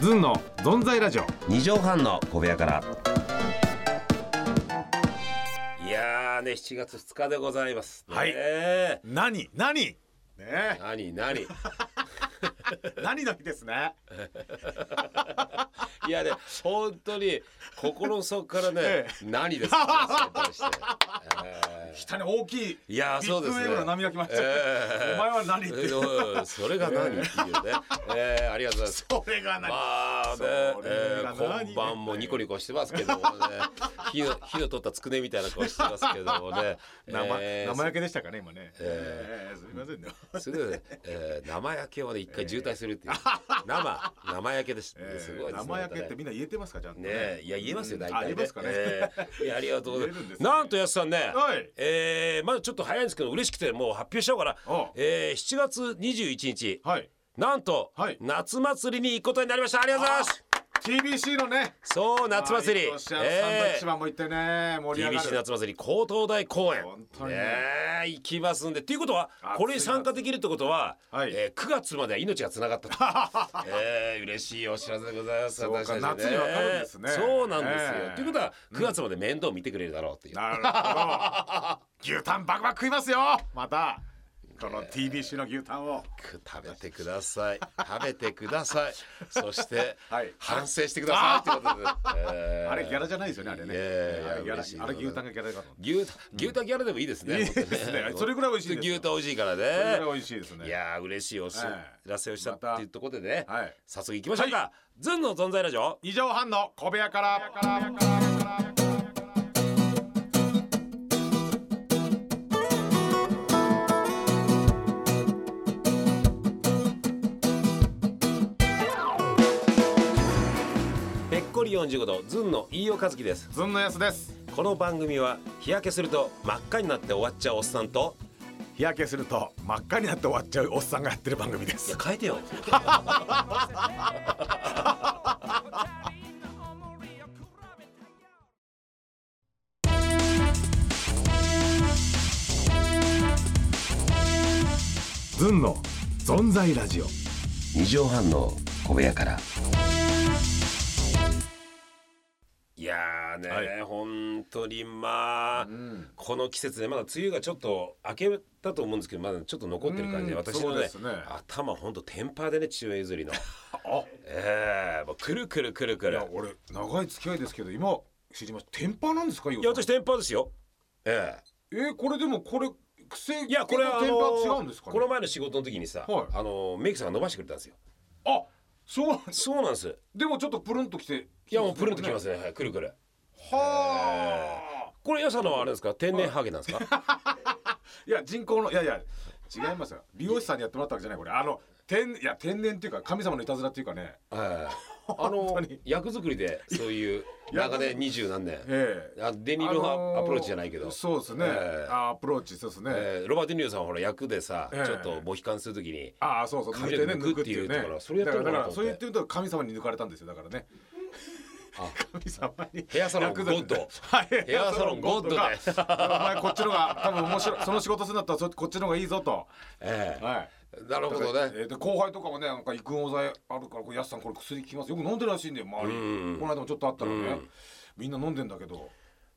ずんのぞんざいラジオ二畳半の小部屋から。いやーね、7月2日でございます。はいねえ何何ねえ何何。何の日ですね いやね、本当に心の底からねえ、何ですか、ね。それに対してえ下に大きいーいやー、ビッそうグでウすェね。ーブの波が来ました、えーお前は何っていう、うんそれが何っていうね。えーありがとうございます。それが何、まあね、そえれがー、何今晩もニコニコしてますけどもね火の火の取ったつくねみたいな顔してますけども ね生えー生焼けでしたかね今ね、ええーすみませんねすぐ、えー、生焼けをね一回渋滞す るっていう、生生焼けです、えーすごいですね生焼けってねみんな言えてますかちゃんとねえいや言えますようん大体、ね、あ言えますかね、えーいやありがとうございま言えるんですすねなんとやすさんねはいえー、まだちょっと早いんですけど嬉しくてもう発表しようかなおうえー、7月21日はいなんと、はい夏祭りに行くことになりましたありがとうございます TBC のねそう夏祭りまあいいおっしゃるサンドイッチマンも行ってね盛り上が TBC る夏祭り高東大公演本当にねえ行きますんでっていうことは暑いこれに参加できるってことは、はいえー、9月までは命がつながった と、えー、嬉しいお知らせでございますそうか私たちね夏にわかるんですねそうなんですよ、ええということは9月まで面倒見てくれるだろうっていう、なるほど牛タンバクバク食いますよまたこの TBC の牛タンを食べてください食べてくだ さいそして、はい反省してくださいってことで、え ーあれギャラじゃないですよねあれねいやいやあれギ嬉しいャラあれ牛タンがギャラだと牛タン牛タンギャラでもいいですねいいですね本当にそれぐらい美味しいですよ牛タン美味しいからねそれぐらい美味しいですねいやー嬉しいお知らせをしたっていうところでね、またはい早速行きましょうか、ズンの存在ラジオ二畳半の小部屋からぺっこり45度ズンの飯尾和樹ですずんのやすですこの番組は日焼けすると真っ赤になって終わっちゃうおっさんと日焼けすると真っ赤になって終わっちゃうおっさんがやってる番組でいすや変えてよずんのぞんざいラジオ二畳半の小部屋からいやーね、はい本当にまあ、んこの季節でまだ梅雨がちょっと明けたと思うんですけどまだちょっと残ってる感じでうん私のそうねですね頭ほんとテンパーでね父親譲りのあええもうくるくるくるくいるや俺長い付き合いですけど今知りましたテンパなんですかいいや私テンパーですよえええーこれでもこれ癖いやこれはあテンパ違のうんですかねこの前の仕事の時にさ、はいあのメイクさんが伸ばしてくれたんですよあそうそうなんですでもちょっとプルンときていやもうプルンときますね、はい、くるくるはあこれやさのはあれですか天然ハゲなんですかいや人工のいやいや違いますよ美容師さんにやってもらったわけじゃないこれあの天いや天然っていうか神様のいたずらっていうかね はいあの本当に役作りでそういう長年二十何年ええあデニールあののーアプローチじゃないけど、そうですね、ええあアプローチそうですね、えーロバート・デニールさんはほら役でさ、ええちょっとモヒカンするときにああそうそう髪の毛抜くっていうねところそれやっだてかるらのだからかなとそう思言っっててると神様に抜かれたんですよだからねあ 神様にヘアサロンゴッドはいヘアサロンゴッドでヘアサロンゴッドがお前こっちのが多分面白いその仕事するんだったらそこっちのがいいぞとええはいなるほどだねからえーで後輩とかもねなんか育毛剤あるからこれやすさんこれ薬効きますよく飲んでるらしいんだよ周りうんこの間もちょっとあったらうねんみんな飲んでんだけど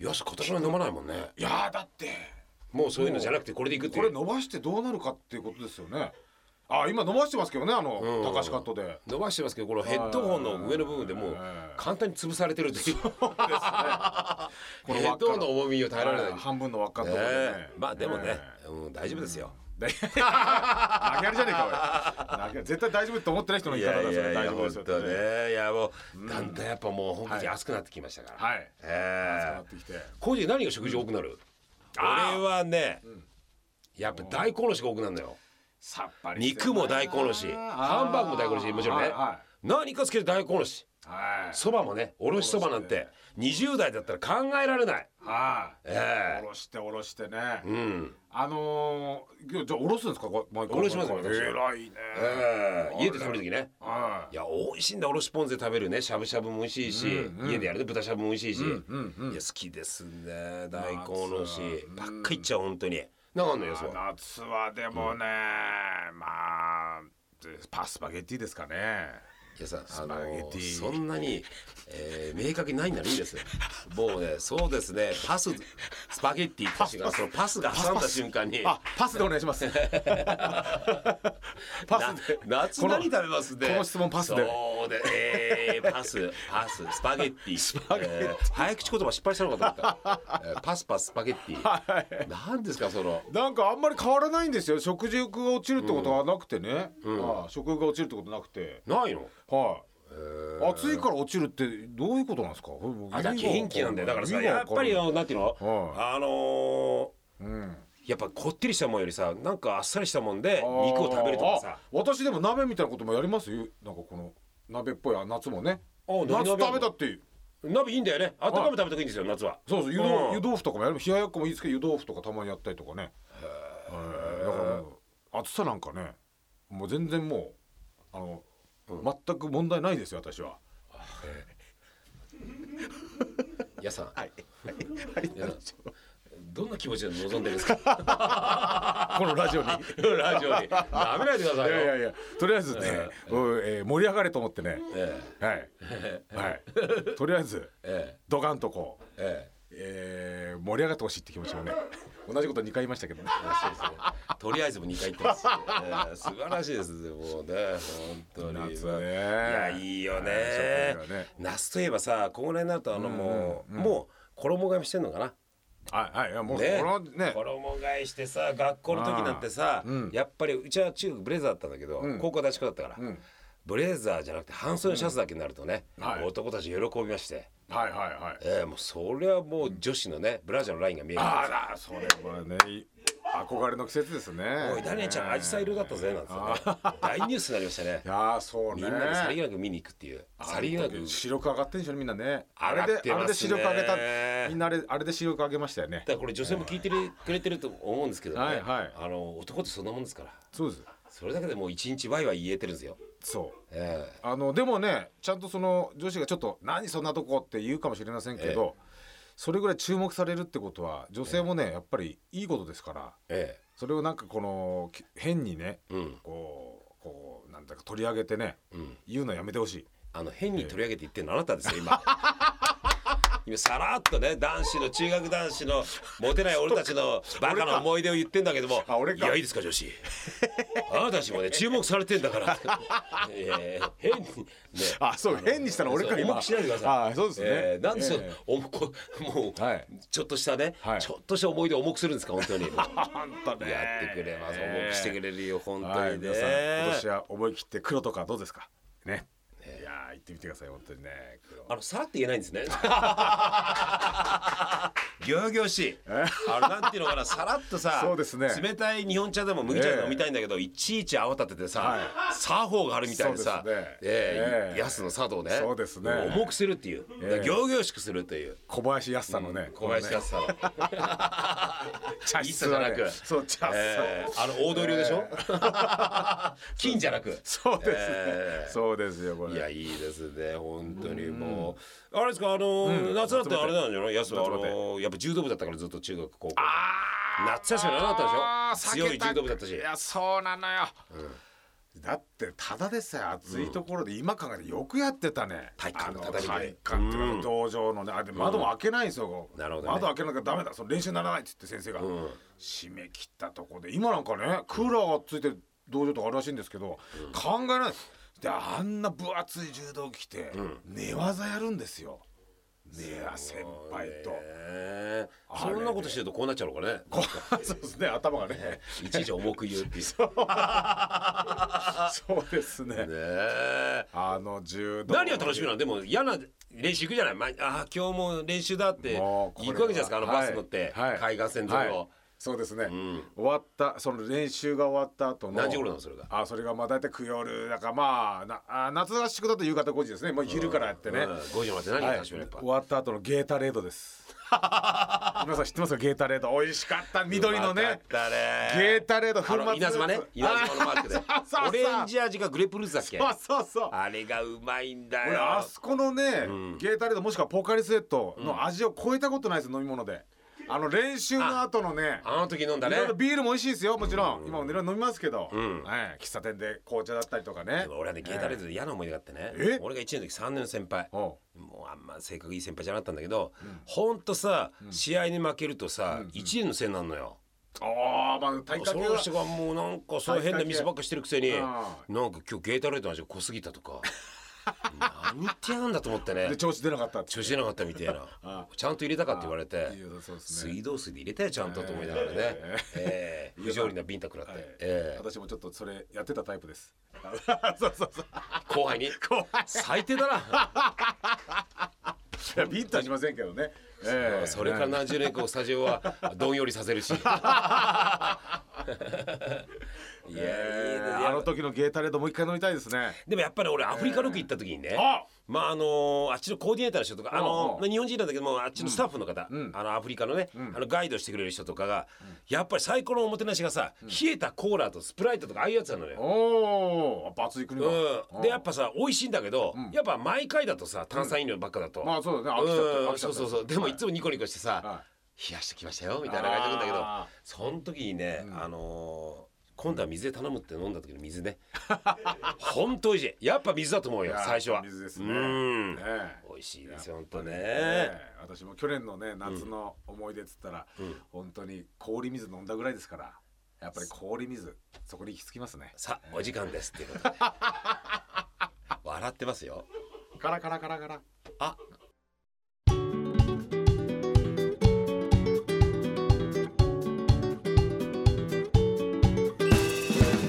いや今年は飲まないもんねいやーだってもうそういうのじゃなくてこれでいくっていこうれ伸ばしてどうなるかっていうことですよねあ今伸ばしてますけどねあのうん高橋カッ トで伸ばしてますけどこのヘッドホンの上の部分でもうええ簡単に潰されてるっていう このヘ輪ッっかドのホンの重みを耐えられない、半分の輪っかのところでねええまあでもね、うん、大丈夫ですよ、で 投げやりじゃねえかおい投げやり絶対大丈夫って思ってない人のい言いや方いだそれやい大や丈夫で本すよ当ってねいやもうだんだんやっぱもう本当にはい暑くなってきましたから、はいえなえってきてコージー何が食事多くなる、あー俺はね、やっぱ大根おろしが多くなるのよさっぱりして肉も大根おろしあーハンバーグも大根おろしもちろんね、はいは何かつけて大根おろしいはいそばもねおろしそばなんて20代だったら考えられないはいええおろしておろしてねうん、あのー今日じゃあおろすんですかこ毎回おろしますよ毎回私偉いねええ家で食べる時ねはいや美味しいんだおろしポン酢で食べるねしゃぶしゃぶも美味しいし、うんうん家でやるね豚しゃぶも美味しいし、いうんうんいや好きですね大根おろし夏ばっかいっちゃう本当になんかあんのよそうまあ夏はでもねまあパスパゲッティですかねいやさあのスパゲティそんなに、えー明確にないならいいですよもうねそうですねパススパゲッティって瞬間そのパスが挟んだ瞬間にあパスでお願いします パスでな夏この何食べますねこの質問パスでそうでえー、パスパススパゲッティスパゲッティ、えー早口言葉失敗したのかと思った、えーパスパススパゲッティはい何ですかそのなんかあんまり変わらないんですよ食欲が落ちるってことはなくてね、んああ食欲が落ちるってことなくてないのはい、えー暑いから落ちるってどういうことなんですかこれ僕あだから元気なんだよだからさやっぱりあのなんていうの、はあのうん、ーやっぱこってりしたもんよりさなんかあっさりしたもんで肉を食べるとかあさ私でも鍋みたいなこともやりますよなんかこの鍋っぽいあ夏もねあ何夏鍋あ食んべのたっていう鍋いいんだよねあったかめ食べたくいいんですよ夏はそうそう湯豆うん湯豆腐とかもやる冷ややっこもいいですけど湯豆腐とかたまにやったりとかねはいだからもう暑さなんかねもう全然もうあの、全く問題ないですよ私はやさんはいいやどんな気持ちで臨んでるんで すかこのラジオ にラジオになめないでくだいさいよやいやいやとりあえずね、うんえー盛り上がれと思ってねえはいはいとりあえずええドカンとこうええええー、盛り上がってほしいって気持ちもね同じこと2回言いましたけどねそうですねとりあえずもう2回行ってます、ええ素晴らしいですねもうね本当に夏ねいやいいよね食欲がね夏といえばさここら辺になるとあのもう、もう衣替えもしてんのかなはいはいいやもうこねれはね衣替えしてさ学校の時なんてさ、うんやっぱりうちは中学ブレザーだったんだけど、うん高校は男子校だったから、うんブレザーじゃなくて半袖のシャツだけになるとね、うんはい男たち喜びまして、はいはいはいえー、もうそれはもう女子のねブラジャーのラインが見えるあらそれはねい憧れの季節ですねおいダニエちゃんアジサイ色だったぜなんてね大ニュースになりましたねいやーそうみねんなでさりげなく見に行くっていうさりげなく視力上がってんでしょみんなねあれ上がっでてますねあれで視力上げたみんなあれあれで視力上げましたよねだからこれ女性も聞いてるくれてると思うんですけどね、はいはいあの男ってそんなもんですからそうですそれだけでもう一日ワイワイ言えてるんですよ、そうえあのでもねちゃんとその女子がちょっと「何そんなとこ」って言うかもしれませんけど、それぐらい注目されるってことは女性もね、やっぱりいいことですからええそれをなんかこのき変にねえうんこうこうなんだか取り上げてねうん言うのやめてほしい。あの変に取り上げて言ってるのあなたですよ今 今さらっとね男子の中学男子のモテない俺たちのバカな思い出を言ってんだけどもあ俺いかやいいですか女 子あなたたちもね注目されてんだからいやいや変にねあそう変にしたら俺かそう今重くしないでくださいあそうですねえーなんでしょう、え重くもう、はいちょっとしたね、はいちょっとした思い出を重くするんですか本当に や本当ねってくれます重くしてくれるよ本当はいにね、皆さん今年は思い切って黒とかどうですかねいやー行ってみてください本当にね黒あのさらって言えないん ですね。ぎょうぎょうしい。あのなんていうのかな、さらっとさ、そうですね冷たい日本茶でも麦茶でも飲みたいんだけど、いちいち泡立ててさはい、作法があるみたいでさそうですね、ええええやすの茶道ね、そうですね重くするっていう、ええぎょうぎょうしくするという。小林康さんのね、小林康さんの。茶一茶じゃなくそう茶室、ええあの王道流でしょ金じゃなく。そうですね、ええそうですよこれいやいいですね本当にもう、あれですかあのー、夏だってあれなんじゃないやすはあちょっとの待ってー、やっぱ柔道部だったからずっと中学高校あ夏休みなかったでしょー避強けい柔道部だったしいやそうなのよ、だってただでさえ暑いところで今考えてよくやってたね、体育館あの畳で体育館っていうかうん道場のねあれ窓も開けないんですよ、なるほどね窓開けなきゃダメだその練習にならないっつって先生が、ん締め切ったとこで今なんかねクーラーがついてる道場とかあるらしいんですけど、考えられないですであんな分厚い柔道着て、寝技やるんですよ寝や先輩と。えー、そんなことしてるとこうなっちゃうのかねこう そうですね頭がねいちいち重く言う っていうそうですねねえあの柔道何が楽しみなのでも嫌な練習行くじゃない、まあー今日も練習だって行もうくこれはわけじゃないですかあのバス乗って、はいはい海岸線沿いを、はいそうですね、終わったその練習が終わった後の何時頃なのそれがあそれがまあ大体9夜だからまあなあ夏合宿だと夕方5時ですねもう昼からやってね、うん、5時まで何がはい、楽し終みなのやっぱ、わった後のゲータレードです 皆さん知ってますかゲータレード美味しかった緑のわかっねたねゲータレード粉あ末の稲妻ね稲妻のマークであそうそうそうオレンジ味がグレープフルーツだっ けあそうそうあれがうまいんだ俺よあそこのね、ゲータレードもしくはポカリスエットの味を超えたことないです飲み物であの練習の後のねあの時飲んだいねろいろビールも美味しいですよもちろん、今もいろいろ飲みますけど、んはい、喫茶店で紅茶だったりとかねでも俺はねゲータレードで嫌な思い出があってねえ俺が1年の時3年の先輩おうもうあんま性格いい先輩じゃなかったんだけど、ほんとさ試合に負けるとさ、一年のせいになるのよ。ああまあ体そ格のは人がもうなんかそういう変なミスばっかしてるくせにうんなんか今日ゲータレードの味が濃すぎたとか 何言ってやがんだと思ってねで調子出なかったって調子出なかったみたいな あちゃんと入れたかって言われていいよそうですね水道水で入れたよちゃんとと思いながらね、えー不条理なビンタ食らって、はいえ私もちょっとそれやってたタイプです そうそうそうー後輩に最低だないやビンタはしませんけどね、 ええそれから何十年後スタジオはどんよりさ せるしいやいいねええあの時のゲータレードもう一回飲みたいですねでもやっぱり俺アフリカロケ行った時にね、あまああのーあっちのコーディネーターの人とか、あうんうのんまあ日本人なんだけどもあっちのスタッフの方、んあのアフリカのね、あのガイドしてくれる人とかが、やっぱり最高のおもてなしがさ、冷えたコーラとスプライトとかああいうやつなのよ。おおバツい国だ、うん、でやっぱさ美味しいんだけど、やっぱ毎回だとさ炭酸飲料ばっかだと、まあそうだね飽きちゃったう飽んきちゃっそうたそうそうでもはいつもニコニコしてさ、は冷やしてきましたよみたいな感じなんだけどあその時にね、あのー今度は水で頼むって飲んだ時の 水ね本当美味しいやっぱ水だと思ういよやー最初は水ですねうんねえ美味しいですよ本当ねええ私も去年のね夏の思い出っつったら、本当に氷水飲んだぐらいですからやっぱり氷水そこに行き着きますねさあお時間ですっていう ことで笑ってますよカラカラカラカラあ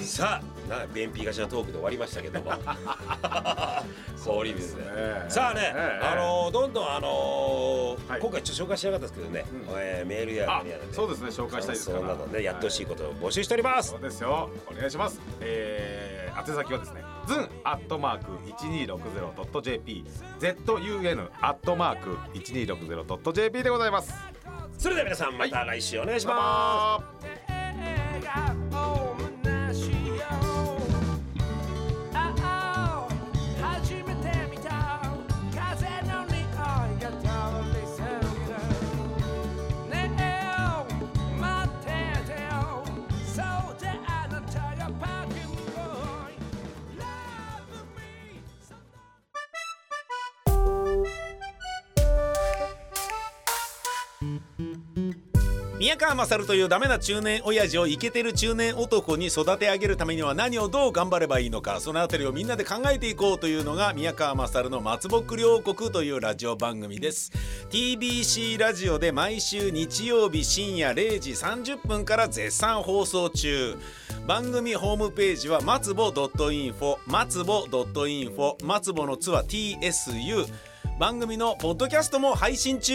さあなんか便秘がちなトークで終わりましたけ ども氷水でええさあね、ええあのーどんどんあのーはい今回ちょっと紹介しなかったですけどね、んえーメールやあ何やらねそうですね紹介したいですから感想などねやってほしいことを募集しております、そうですよお願いしますえー、宛先はですねズンアットマーク 1260.jpzun アットマーク 1260.jp でございますそれでは皆さんまた来週お願いしバイます、バーイ Love me. 宮川勝というダメな中年親父をイケてる中年男に育て上げるためには何をどう頑張ればいいのかそのあたりをみんなで考えていこうというのが宮川勝の「松木両国」というラジオ番組です TBC ラジオで毎週日曜日深夜0時30分から絶賛放送中番組ホームページは松ぼ .info 松ぼ .info 松ぼのつは TSU 番組のポッドキャストも配信中